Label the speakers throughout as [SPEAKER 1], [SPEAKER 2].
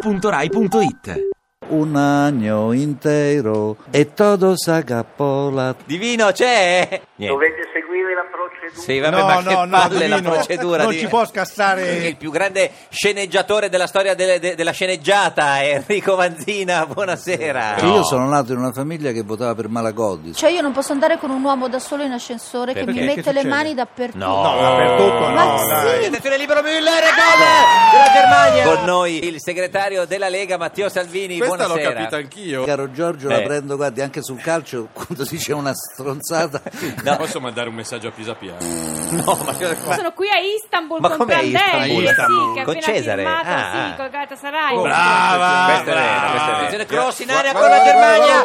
[SPEAKER 1] radio2pod.rai.it
[SPEAKER 2] Un año intero e todo s'agapola.
[SPEAKER 3] Divino c'è? Niente.
[SPEAKER 4] Dovete seguire la procedura.
[SPEAKER 3] Sì, vabbè, ma che palle la
[SPEAKER 5] Divino,
[SPEAKER 3] procedura
[SPEAKER 5] Non
[SPEAKER 3] di-
[SPEAKER 5] ci può
[SPEAKER 3] Il
[SPEAKER 5] scassare.
[SPEAKER 3] più grande sceneggiatore della storia delle- de- della sceneggiata, Enrico Manzina, buonasera.
[SPEAKER 2] Cioè, Io sono nato in una famiglia che votava per Malagoddi.
[SPEAKER 6] Cioè io non posso andare con un uomo da solo in ascensore che
[SPEAKER 3] Perché?
[SPEAKER 6] mi
[SPEAKER 5] Che
[SPEAKER 6] mette le
[SPEAKER 5] succede?
[SPEAKER 6] mani dappertutto.
[SPEAKER 3] No.
[SPEAKER 5] No, dappertutto
[SPEAKER 6] Ma
[SPEAKER 5] no,
[SPEAKER 6] sì.
[SPEAKER 5] dai.
[SPEAKER 3] Attenzione libero Müller e gol della Germania. Con noi il segretario della Lega Matteo Salvini,
[SPEAKER 7] Questa l'ho
[SPEAKER 3] buonasera.
[SPEAKER 7] capita anch'io.
[SPEAKER 2] Caro Giorgio, la
[SPEAKER 3] Eh.
[SPEAKER 2] prendo, guardi, anche sul calcio, quando si dice una stronzata,
[SPEAKER 3] No.
[SPEAKER 7] Posso mandare un messaggio a Pisapia?
[SPEAKER 3] No, ma, ma-
[SPEAKER 8] Sono qui a Istanbul
[SPEAKER 3] ma
[SPEAKER 8] con
[SPEAKER 3] com'è
[SPEAKER 8] Prandelli,
[SPEAKER 3] Istanbul?
[SPEAKER 8] eh sì, che ha
[SPEAKER 3] Con
[SPEAKER 8] appena
[SPEAKER 3] Cesare?
[SPEAKER 8] firmato,
[SPEAKER 3] Ah,
[SPEAKER 8] sì,
[SPEAKER 3] ah.
[SPEAKER 8] col Galatasaray.
[SPEAKER 5] Brava,
[SPEAKER 3] Questa è vera,
[SPEAKER 5] brava.
[SPEAKER 3] questa è vera. Attenzione, cross in area
[SPEAKER 7] Guarda,
[SPEAKER 3] con la
[SPEAKER 7] guarda,
[SPEAKER 3] Germania.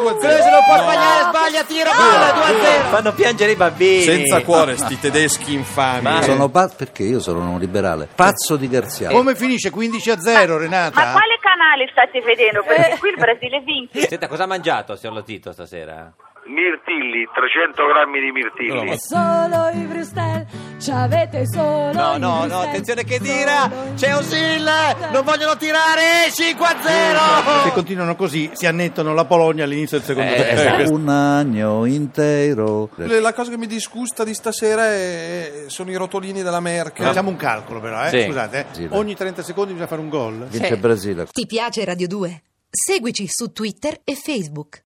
[SPEAKER 7] guarda, guarda,
[SPEAKER 3] Kroos non può
[SPEAKER 7] no.
[SPEAKER 3] sbagliare, sbaglia, tiro, gol 2-0. Fanno piangere i bambini.
[SPEAKER 7] Senza cuore, sti tedeschi infami.
[SPEAKER 3] Ma-
[SPEAKER 2] sono pazzo, perché io sono un liberale, pazzo di Garziano.
[SPEAKER 5] Come finisce 15 a 0, Renata?
[SPEAKER 9] Ma quale canale state vedendo? Perché qui il Brasile vince.
[SPEAKER 3] Senta, cosa ha mangiato, signor Lotito, stasera?
[SPEAKER 4] Mirtilli, 300 grammi di mirtilli.
[SPEAKER 7] No, ma-
[SPEAKER 8] Solo i Brustel, ci avete solo
[SPEAKER 3] No, no, no, attenzione che tira! Cioè C'è Osil! Non vogliono tirare! 5
[SPEAKER 5] Eh. Se
[SPEAKER 3] 0!
[SPEAKER 5] continuano così, si annettono la Polonia all'inizio del secondo
[SPEAKER 3] Eh,
[SPEAKER 5] tempo.
[SPEAKER 3] esatto.
[SPEAKER 2] Un año intero.
[SPEAKER 7] Le- La cosa che mi disgusta di stasera è... sono i rotolini della Merkel.
[SPEAKER 5] Facciamo un calcolo però, eh?
[SPEAKER 3] Sì.
[SPEAKER 5] scusate, eh.
[SPEAKER 2] Sì, dai.
[SPEAKER 5] ogni 30 secondi
[SPEAKER 3] eh.
[SPEAKER 5] bisogna fare un gol.
[SPEAKER 2] Vince il Brasile.
[SPEAKER 10] Ti piace Radio 2? Seguici su Twitter e Facebook.